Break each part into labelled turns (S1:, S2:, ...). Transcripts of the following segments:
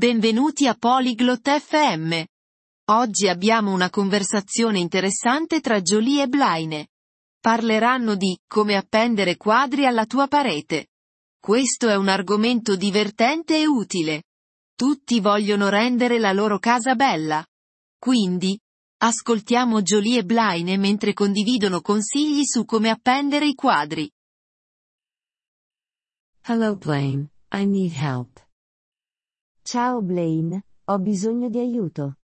S1: Benvenuti a Polyglot FM. Oggi abbiamo una conversazione interessante tra Jolie e Blaine. Parleranno di come appendere quadri alla tua parete. Questo è un argomento divertente e utile. Tutti vogliono rendere la loro casa bella. Quindi, ascoltiamo Jolie e Blaine mentre condividono consigli su come appendere i quadri.
S2: Hello Blaine, I need help. Ciao Blaine, ho bisogno di aiuto.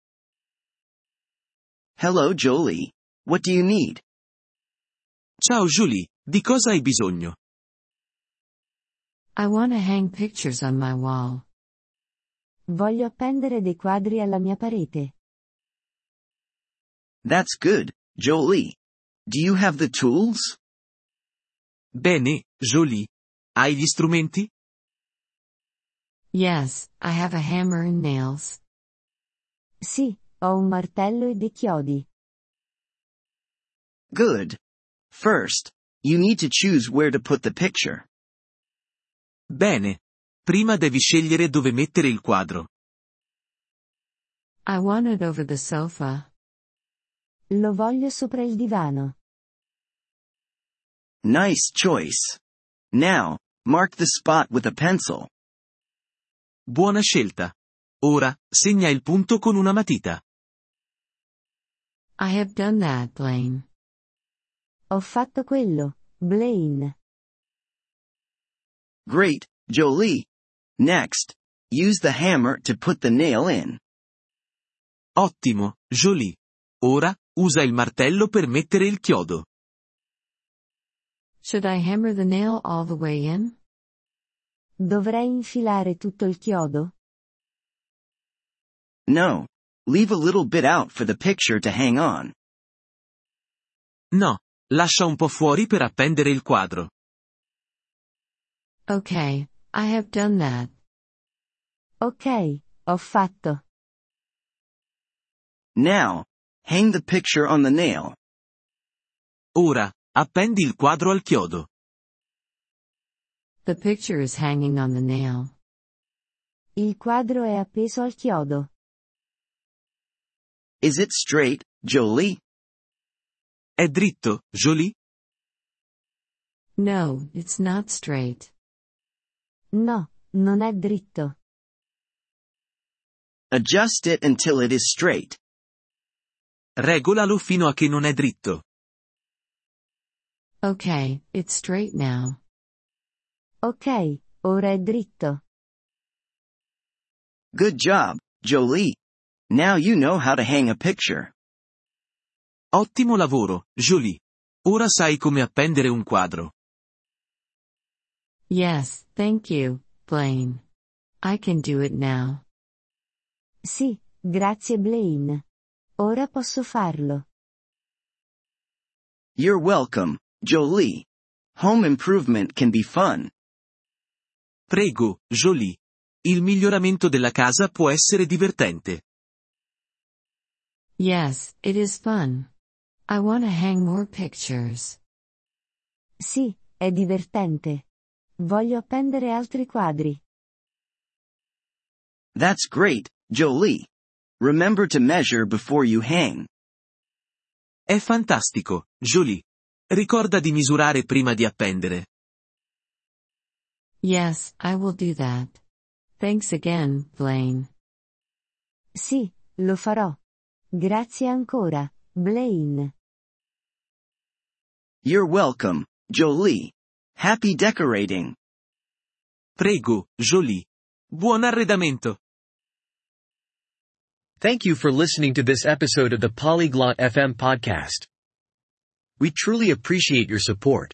S3: Hello Jolie. What do you need?
S4: Ciao Julie, di cosa hai bisogno?
S2: I wanna hang pictures on my wall. Voglio appendere dei quadri alla mia parete.
S3: That's good, Jolie. Do you have the tools?
S4: Bene, Jolie. Hai gli strumenti?
S2: Yes, I have a hammer and nails. Sì, ho un martello e dei chiodi.
S3: Good. First, you need to choose where to put the picture.
S4: Bene. Prima devi scegliere dove mettere il quadro.
S2: I want it over the sofa. Lo voglio sopra il divano.
S3: Nice choice. Now, mark the spot with a pencil.
S4: Buona scelta. Ora, segna il punto con una matita.
S2: I have done that, Blaine. Ho fatto quello, Blaine.
S3: Great, Jolie. Next, use the hammer to put the nail in.
S4: Ottimo, Jolie. Ora, usa il martello per mettere il chiodo.
S2: Should I hammer the nail all the way in? Dovrei infilare tutto il chiodo?
S3: No. Leave a little bit out for the picture to hang on.
S4: No, lascia un po' fuori per appendere il quadro.
S2: Okay, I have done that. Ok, ho fatto.
S3: Now, hang the picture on the nail.
S4: Ora, appendi il quadro al chiodo.
S2: The picture is hanging on the nail. Il quadro è appeso al chiodo.
S3: Is it straight, Jolie?
S4: È dritto, Jolie?
S2: No, it's not straight. No, non è dritto.
S3: Adjust it until it is straight.
S4: Regolalo fino a che non è dritto.
S2: Ok, it's straight now. Ok, ora è dritto.
S3: Good job, Jolie. Now you know how to hang a picture.
S4: Ottimo lavoro, Jolie. Ora sai come appendere un quadro.
S2: Yes, thank you, Blaine. I can do it now. Sì, grazie Blaine. Ora posso farlo.
S3: You're welcome, Jolie. Home improvement can be fun.
S4: Prego, Jolie. Il miglioramento della casa può essere divertente.
S2: Yes, it is fun. I want to hang more pictures. Sì, è divertente. Voglio appendere altri quadri.
S3: That's great, Jolie. Remember to measure before you hang.
S4: È fantastico, Jolie. Ricorda di misurare prima di appendere.
S2: Yes, I will do that. Thanks again, Blaine. Sì, lo farò. Grazie ancora, Blaine.
S3: You're welcome, Jolie. Happy decorating.
S4: Prego, Jolie. Buon arredamento.
S5: Thank you for listening to this episode of the Polyglot FM podcast. We truly appreciate your support.